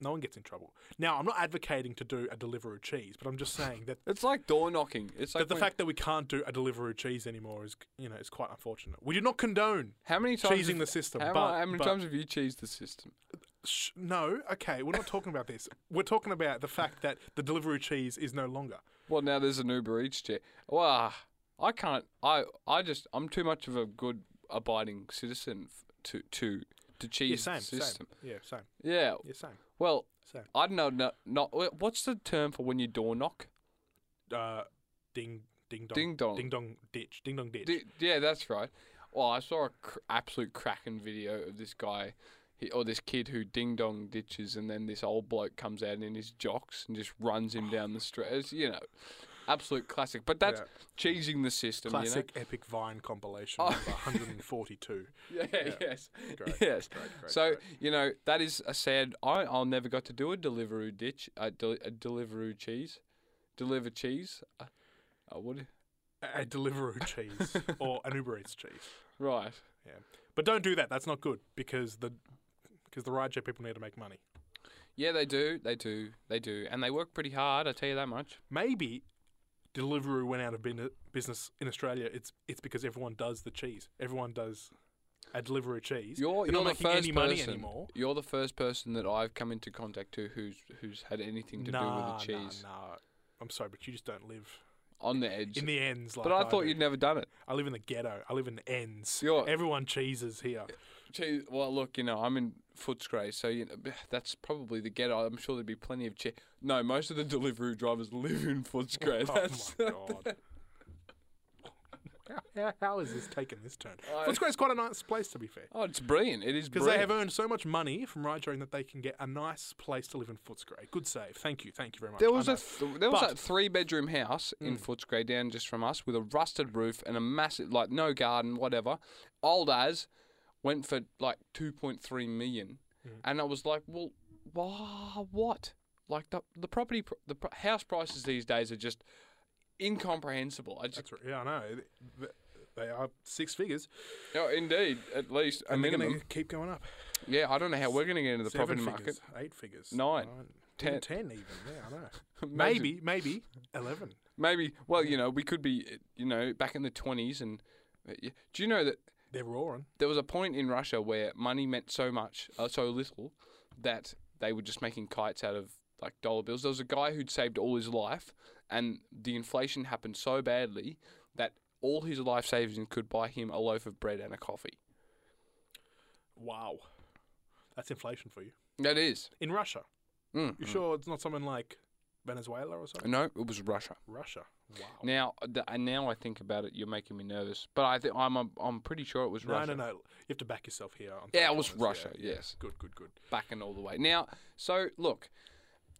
No one gets in trouble. Now, I'm not advocating to do a Deliveroo cheese, but I'm just saying that
It's like door knocking. It's like
that the
when-
fact that we can't do a Deliveroo cheese anymore is, you know, is quite unfortunate. We do not condone
how many times
cheesing
have-
the system,
How,
but-
how many
but-
times have you cheesed the system?
Sh- no, okay, we're not talking about this. We're talking about the fact that the Deliveroo cheese is no longer.
Well, now there's an Uber Eats chair. Wow, I can't. I I just I'm too much of a good abiding citizen f- to to to
Yeah,
cheese
same,
the system.
same. Yeah, same.
Yeah.
Yeah, same.
Well,
Same.
I don't know. Not, not wh- what's the term for when you door knock?
Uh, ding, ding dong,
Ding dong.
ding dong, ditch, ding dong, ditch.
D- yeah, that's right. Well, I saw a cr- absolute cracking video of this guy, he, or this kid who ding dong ditches, and then this old bloke comes out in his jocks and just runs him down the street. It's, you know, absolute classic. But that's
Yeah.
cheesing the system.
Classic epic Vine compilation
Oh.
number
<laughs>
142.
You know? <laughs> yeah,
Yeah.
Yes.
Great,
<laughs> yes.
great,
so
great.
you know that is a sad. I I'll never got to do a Deliveroo ditch. A, del- a Deliveroo cheese, deliver cheese. Uh, uh, what? do-
A a Deliveroo cheese or an Uber Eats cheese.
Right.
But don't do that. That's not good because the because the rideshare people need to make money.
Yeah, they do. They do. They do, and they work pretty hard. I tell you that much.
Maybe Deliveroo went out of bin- business in Australia. It's it's because everyone does the cheese. Everyone does a Deliveroo cheese.
You're,
They're
you're
not
the
making
first
any
person.
money anymore.
You're the first person that I've come into contact to who's who's had anything to
Nah,
do with the cheese
nah, nah. I'm sorry, but you just don't live
on the edge.
in the ends. Like
but I thought
do.
you'd never done it.
I live in the ghetto. I live in the ends.
You're-
Everyone cheeses
<laughs>
here.
Cheese. Well, look, you know, I'm in Footscray, so you know, <sighs> that's probably the ghetto. I'm sure there'd be plenty of cheese. No,
<laughs>
most <laughs> of the delivery drivers live in Footscray.
Oh
that's
my god. How, how has this taken this turn?
I-
Footscray's quite a nice place, to be fair.
<laughs> Oh, it's brilliant. It is
Because they
brilliant.
have earned so much money from ride sharing that they can get a nice place to live in Footscray. Good save. Thank you. Thank you very much.
There
I
was a
know.
th- there was
But-
a three bedroom house in Footscray down just from us with a rusted roof and a massive like no garden whatever, old as, went for like two point three million, and I was like, well, wha- what? Like the the property pr- the pr- house prices these days are just incomprehensible. I just
That's right. Yeah, I know. Th- th- They are six figures,
oh, indeed at least a
and they're
minimum.
going to keep going up.
Yeah, I don't know how we're going to get into the
Seven
property
figures,
market.
eight figures,
Nine,
even
ten.
ten even. Yeah, I know.
<laughs> Imagine-
maybe, maybe eleven.
maybe. Well, you know, we could be you know back in the twenties and. uh, Do you know that
They're roaring.
there was a point in Russia where money meant so much, uh, so little, that they were just making kites out of like dollar bills. There was a guy who'd saved all his life, and the inflation happened so badly that all his life savings could buy him a loaf of bread and a coffee.
Wow, that's inflation for you
That is.
in Russia.
Mm.
You sure it's not something like Venezuela or something?
No, it was Russia.
Russia. Wow.
Now, th- and now I think about it, you're making me nervous. But I think I'm, I'm pretty sure it was
No, no,
Russia.
no. You have to back yourself here. On
Yeah,
three
it was
corners.
Russia, yes.
Good, good, good.
backing all the way. Now, so look,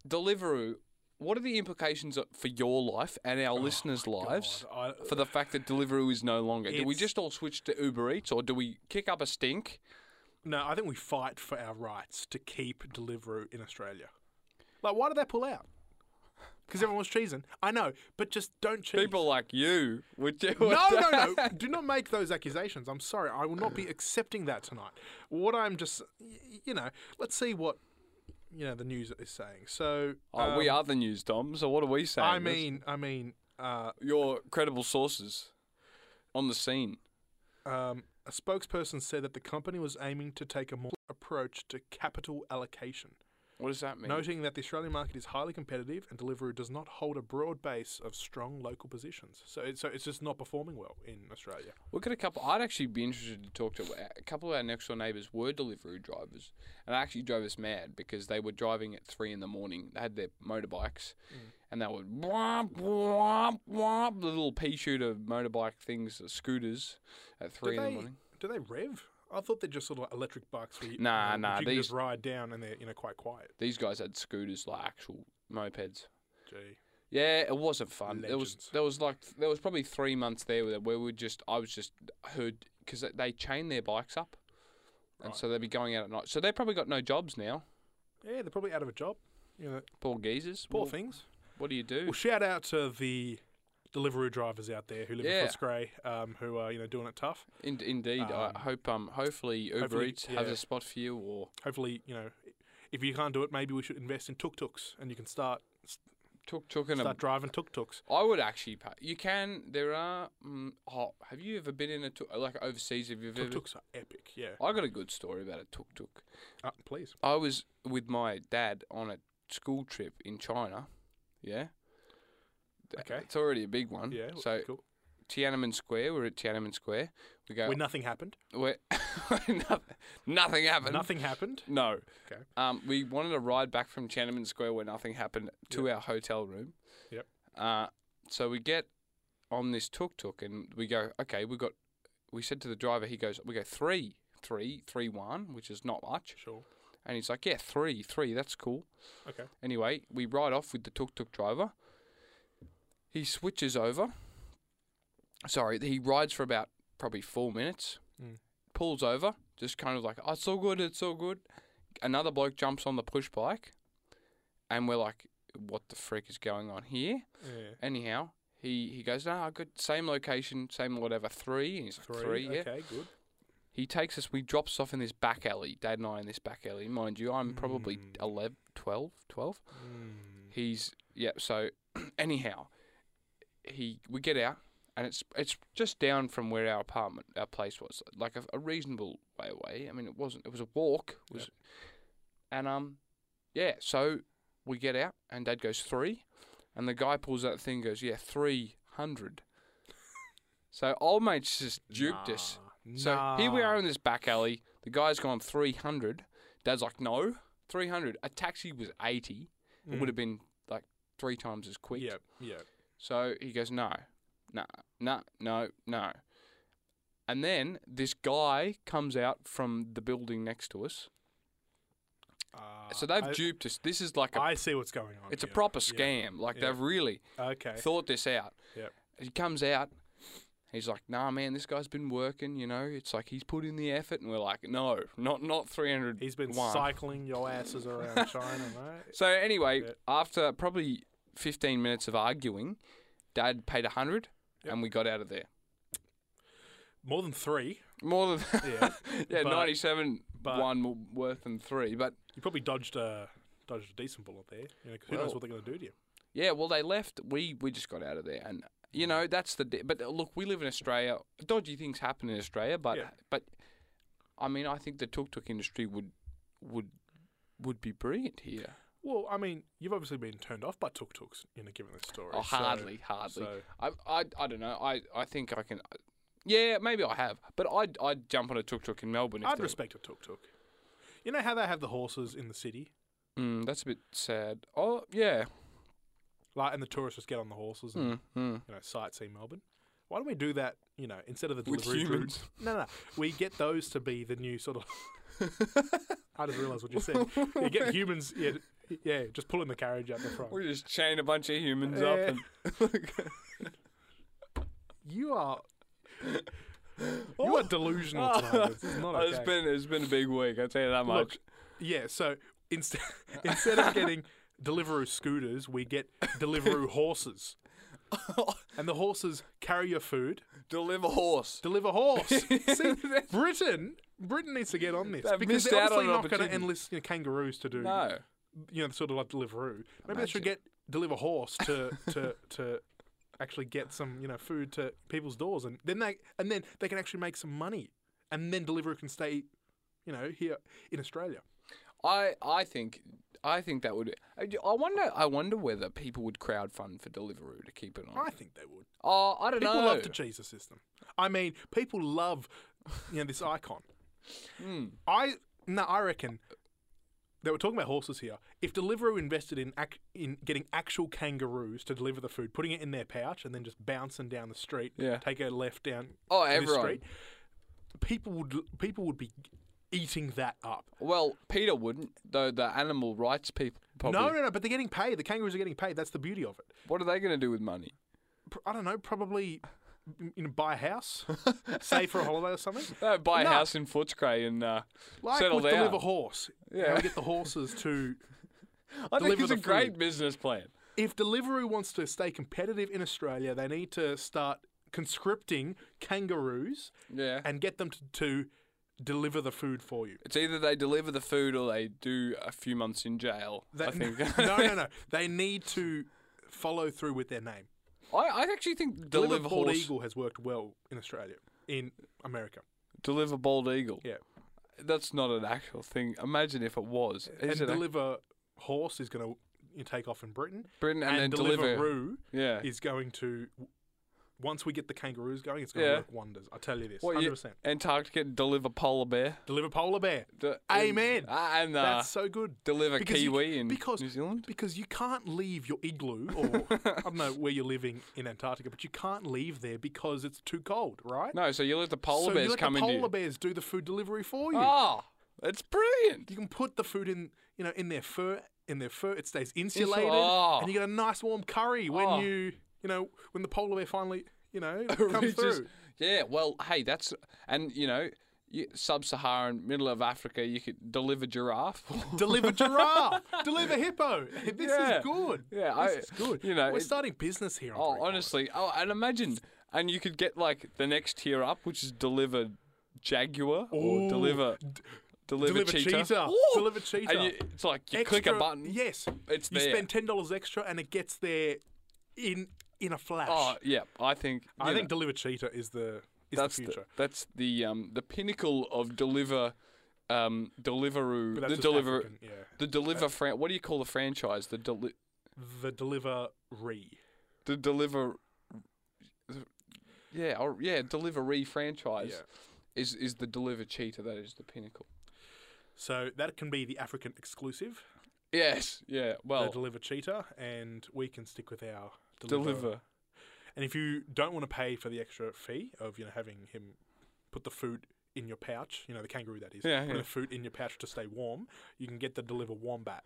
Deliveroo, what are the implications of- for your life and our listeners' lives
Oh, God, I-
for the fact that Deliveroo is no longer? Do we
It's-
just all switch to Uber Eats or do we kick up a stink?
No, I think we fight for our rights to keep Deliveroo in Australia. Like, why did they pull out? Because everyone was cheesing. I know, but just don't cheese.
People like you would do
<laughs> No, no,
<laughs>
no. Do not make those accusations. I'm sorry. I will
<clears throat>
not be accepting that tonight. What I'm just, y- you know, let's see what, you know, the news is saying. So,
Oh, we
um,
are the news, Dom. So what are we saying?
I
That's
mean, I mean, uh,
your credible sources on the scene.
um, a spokesperson said that the company was aiming to take a more approach to capital allocation.
What does that mean?
noting that the Australian market is highly competitive and Deliveroo does not hold a broad base of strong local positions. So, it, so it's just not performing well in Australia.
Look at a couple. I'd actually be interested to talk to uh, a couple of our next door neighbours were delivery drivers, and it actually drove us mad because they were driving at three in the morning. They had their motorbikes,
Mm.
and they would womp womp womp the little pea shooter motorbike things, uh, scooters, at
Do
three in the
they,
morning.
do they rev? I thought they're just sort of electric bikes where you,
Nah,
um,
nah,
you can just
these-
ride down and they're you know quite quiet.
These guys had scooters like actual mopeds.
Gee,
Yeah, it wasn't fun. There was
Legends.
there was like there was probably three months there where, where we just I was just heard because they chain their bikes up, and
Right.
so they'd be going out at night. So they probably got no jobs now.
yeah, they're probably out of a job. You know,
Poor geezers.
poor
Well,
things.
What do you do?
Well, shout out to the Deliveroo drivers out there who live in
Yeah.
Footscray, um, who are you know doing it tough.
In- indeed,
Um,
I hope um hopefully Uber
hopefully,
Eats has
yeah.
a spot for you or
Hopefully, you know, if you can't do it, maybe we should invest in tuk tuks and you can start
Tuk Tuk and a.
start driving tuk tuks.
I would actually pay. You can. There are. Mm, oh, have you ever been in a tuk like overseas? Have you ever?
Tuk tuks are epic, yeah.
I got a good story about a tuk tuk.
Uh, please.
I was with my dad on a school trip in China. Yeah. Th-
Okay.
It's already a big one.
Yeah.
So
cool.
Tiananmen Square. We're at Tiananmen Square. We <laughs> go.
When nothing happened.
we're, nothing, nothing happened.
Nothing happened.
No.
Okay.
Um, we wanted a ride back from Tiananmen Square where nothing happened to our hotel room.
Yep.
Uh, so we get on this tuk tuk and we go, okay, we got, we said to the driver, he goes, we go three, three, three, one, which is not much.
Sure.
And he's like, yeah, three, three, that's cool.
Okay.
Anyway, we ride off with the tuk tuk driver. He switches over. Sorry, he rides for about probably four minutes,
Mm.
pulls over, just kind of like, oh, it's all good, it's all good. Another bloke jumps on the push bike, and we're like, what the freak is going on here?
Yeah.
Anyhow, he, he goes, no, good, same location, same whatever, three. And he's like,
Three.
three, yeah.
Okay. Good.
He takes us, we drops us off in this back alley, Dad and I in this back alley. Mind you, I'm probably
Mm.
11, 12, 12. He's yeah. So <clears throat> anyhow, he we get out and it's it's just down from where our apartment our place was, like a, a reasonable way away. I mean, it wasn't. It was a walk. It was
Yep.
and um yeah. So we get out and Dad goes three, and the guy pulls out the thing and goes yeah three hundred. so old mate's just duped us.
Nah.
So here we
Nah.
are in this back alley. The guy's gone 300. Dad's like, no, 300. A taxi was 80. It
Mm.
would have been like three times as quick.
Yeah. Yeah.
So he goes, no, nah, nah, no, no. And then this guy comes out from the building next to us.
Uh,
So they've
I,
duped us. This is like a,
I see what's going on.
it's a
here.
proper
Yeah.
scam. Like
yeah.
they've really
Okay.
thought this out.
Yep.
He comes out. He's like, nah, man, this guy's been working. You know, it's like he's put in the effort, and we're like, no, not not three hundred.
He's been
one.
cycling your asses
<laughs>
around China, mate.
So anyway,
Yeah.
after probably fifteen minutes of arguing, Dad paid a hundred,
Yep.
and we got out of there.
More than three.
More than <laughs>
Yeah.
yeah,
But-
ninety-seven
but-
one more worth than three. But
You probably dodged a dodged a decent bullet there. You know, 'cause who knows
Well.
what they're going to do to you?
yeah, well, they left. We we just got out of there, and you know that's the. di- But uh, look, we live in Australia. Dodgy things happen in Australia, but uh,
Yeah.
but I mean, I think the tuk tuk industry would would would be brilliant here.
Well, I mean, you've obviously been turned off by tuk tuks in a given this story.
Oh,
so-
hardly, hardly.
So,
I, I, I don't know. I, I think I can. uh, Yeah, maybe I have, but I'd I'd jump on a tuk tuk in Melbourne. If
I'd
there-
respect a tuk tuk. You know how they have the horses in the city,
Mm, that's a bit sad. Oh yeah.
like, and the tourists just get on the horses and
Mm, mm.
you know sightsee Melbourne. Why don't we do that? You know, instead of the
With
delivery
humans.
Groups, no, no, no, we get those to be the new sort of. <laughs> I just realised what you said. You
<laughs>
get humans, yeah, d- yeah, just pulling the carriage out the front.
<laughs> We just chain a bunch of humans up
Yeah.
and
You
<laughs>
are, you are delusional
Oh.
tonight. It's not okay.
Uh, it's been it's been a big week. I tell you that much.
Look, yeah. So instead, <laughs> instead of getting Deliveroo scooters, we get Deliveroo
<laughs>
horses, and the horses carry your food.
Deliver horse.
Deliver
<laughs>
horse. See, Britain, Britain needs to get on this
They've
because
missed
they're
out
obviously
on an
not going to
opportunity.
enlist you know, kangaroos to do,
No,
you know, sort of like Deliveroo. Maybe they
Imagine.
should get Deliver horse to
<laughs>
to to. Actually, get some you know food to people's doors, and then they and then they can actually make some money, and then Deliveroo can stay, you know, here in Australia.
I I think I think that would. I I wonder I wonder whether people would crowdfund for Deliveroo to keep it on.
I think they would.
Oh, I don't
People
know.
love the Jesus system. I mean, people love you know this icon.
Mm.
I no, I reckon that we're talking about horses here. If Deliveroo invested in ac- in getting actual kangaroos to deliver the food, putting it in their pouch, and then just bouncing down the street,
Yeah.
take a left down
Oh,
this
everyone.
street, people would people would be eating that up.
Well, Peter wouldn't, though the animal rights people probably.
No, no, no. But they're getting paid. The kangaroos are getting paid. That's the beauty of it.
What are they going to do with money?
Pr- I don't know. Probably you know, buy a
<laughs>
house, save for a holiday or something.
They'll buy a
No.
house in Footscray and uh,
Like
settle
with
down.
deliver horse. Yeah.
Yeah.
we get the horses
<laughs>
to.
I think
deliver
it's
the
a great
food.
business plan.
If Deliveroo wants to stay competitive in Australia, they need to start conscripting kangaroos
Yeah.
and get them to, to deliver the food for you.
It's either they deliver the food or they do a few months in jail. I
That-
think.
<laughs> no, no, no. They need to follow through with their name.
I, I actually think deliver,
Bald
horse,
Eagle has worked well in Australia, in America.
deliver bald eagle.
Yeah.
That's not an actual thing. Imagine if it was. Is
and
it?
deliver horse is going to you know, take off in Britain.
Britain and, then deliver.
Deliveroo
yeah.
is going to. Once we get the kangaroos going, it's going to
Yeah.
work wonders. I tell you this,
What,
hundred
you-
percent.
Antarctica deliver polar bear.
Deliver polar bear.
D-
Amen.
And, ah, and uh,
That's so good.
deliver
because you-
kiwi in
because-
New Zealand.
Because you can't leave your
<laughs>
igloo, or I don't know where you're living in Antarctica, but you can't leave there because it's too cold, right?
No, so you let the polar
so
bears
you let
come
the
into
polar
you.
bears do the food delivery for you.
Oh, it's brilliant.
You can put the food in, you know, in their fur. In their fur, it stays insulated,
Oh.
and you get a nice warm curry when
Oh.
you, you know, when the polar bear finally, you
<laughs>
know, comes
Reaches-
through.
Yeah, well, hey, that's and you know, you, sub-Saharan, middle of Africa, you could deliver giraffe.
Deliver
<laughs>
giraffe. deliver hippo. This
Yeah.
is good.
Yeah,
this
I-
is good.
you know,
we're
it-
starting business here. on
oh,
Three Corners.
honestly, oh, and imagine, and you could get like the next tier up, which is deliver jaguar or
Ooh.
deliver. Deliver,
Deliver
cheetah.
cheetah.
Ooh!
Deliver cheetah.
And you, it's like you click a
Extra-
button.
Yes,
It's
you
there.
spend ten dollars extra, and it gets there in in a flash.
Oh yeah, I think
I
you
think
know,
deliver cheetah is the is
that's
the future.
that's the um the pinnacle of deliver, um Deliveroo
But
the
that's just
deliver
African, yeah.
the deliver fran- what do you call the franchise the deli-
The delivery.
the deliver yeah or yeah delivery franchise
Yeah.
is is the deliver cheetah that is the pinnacle
So that can be the African exclusive,
yes yeah well Oh.
the deliver cheetah, and we can stick with our deliver.
deliver
And if you don't want to pay for the extra fee of you know having him put the food in your pouch, you know the kangaroo that is,
Yeah,
putting
yeah.
the food in your pouch to stay warm, you can get the deliver wombat,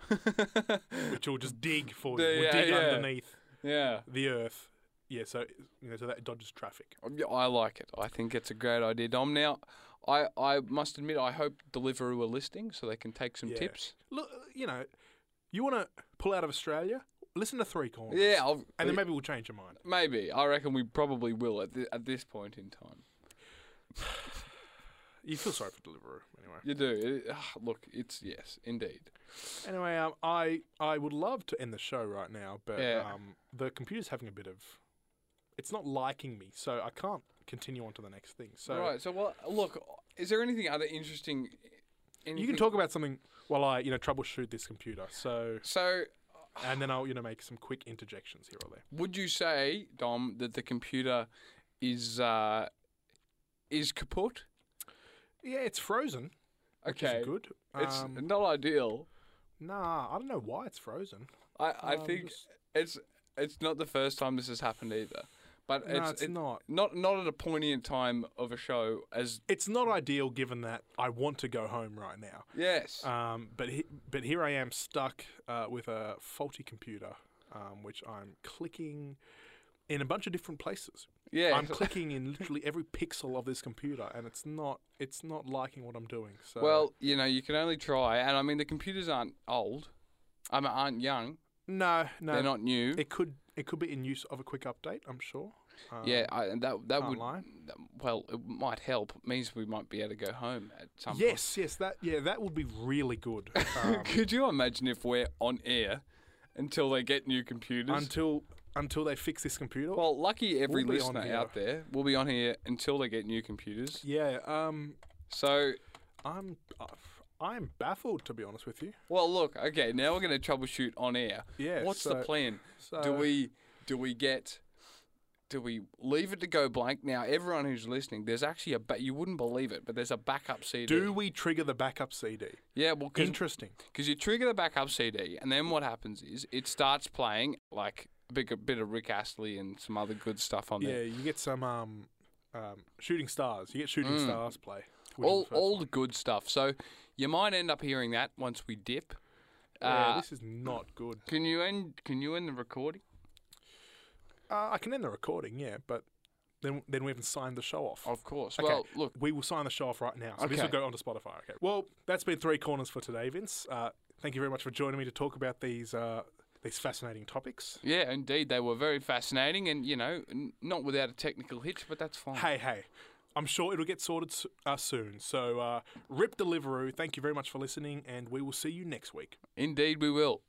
which will just
<laughs>
dig for you,
The-
will
yeah,
dig
yeah.
underneath
<laughs> yeah.
the earth. Yeah, so you know, so that dodges traffic.
Yeah, I like it. I think it's a great idea, Dom. Now, I, I must admit, I hope Deliveroo are listening so they can take some
Yeah.
tips.
Look, you know, you want to pull out of Australia? Listen to Three Corners.
Yeah, I'll,
and then maybe we'll change your mind.
maybe. I reckon we probably will at, thi- at this point in time.
You feel sorry for Deliveroo, anyway.
You do. It- ah, look, it's yes, indeed.
Anyway, um, I I would love to end the show right now, but
Yeah.
um, the computer's having a bit of. It's not liking me, so I can't continue on to the next thing. So
All right. So, well, look, is there anything other interesting? Anything?
you can talk about something while I you know troubleshoot this computer. So
So,
and then I'll you know make some quick interjections here or there.
would you say, Dom, that the computer is uh, is kaput?
Yeah, it's frozen. Which
Okay.
is good.
It's
Um,
not ideal.
nah, I don't know why it's frozen.
I, I
Um,
think
just-
it's it's not the first time this has happened either. But
No,
it's,
it's
it-
not.
Not not at a poignant time of a show as
It's not ideal given that I want to go home right now.
yes.
Um, but he, but here I am stuck uh, with a faulty computer, um, which I'm clicking in a bunch of different places.
yeah.
I'm clicking in literally every pixel of this computer, and it's not it's not liking what I'm doing. So
well, you know, you can only try, and I mean, the computers aren't old. I mean, aren't young.
no, no,
They're not new.
it could it could be in use of a quick update. I'm sure. Um,
yeah, I, and that that
can't
would
lie.
that- well, it might help. It means we might be able to go home at some.
Yes, yes, that yeah, that would be really
<laughs>
good. Um,
Point. Could you imagine if we're on air until they get new computers?
until until they fix this computer.
well, lucky every
We'll be on
listener
here.
out there will be on here until they get new computers.
yeah. Um,
So
I'm uh, I'm baffled to be honest with you.
Well, look, okay, now we're going to troubleshoot on air.
Yeah.
What's the
so-
plan?
So,
do we do we get do we leave it to go blank? Now, everyone who's listening, there's actually a ba- you wouldn't believe it, but there's a backup CD.
Do we trigger the backup CD?
yeah, well, because
Interesting.
you trigger the backup CD, and then what happens is it starts playing like a big a bit of Rick Astley and some other good stuff on
Yeah,
there.
you get some um, um, shooting stars. You get shooting
Mm.
stars play. which is
all
the first
all
one.
the good stuff. So you might end up hearing that once we dip.
yeah,
uh,
this is not good.
Can you end? Can you end the recording?
Uh, I can end the recording, yeah, but then then we haven't signed the show off.
Of course.
Okay.
Well, look.
We will sign the show off right now. So this will
Okay.
go onto Spotify. Okay. Well, that's been three corners for today, Vince. Uh, thank you very much for joining me to talk about these uh, these fascinating topics.
Yeah, indeed, they were very fascinating, and you know, n- not without a technical hitch, but that's fine.
Hey, hey. I'm sure it'll get sorted s- uh, soon. So, uh, Rip Deliveroo, thank you very much for listening, and we will see you next week.
Indeed, we will.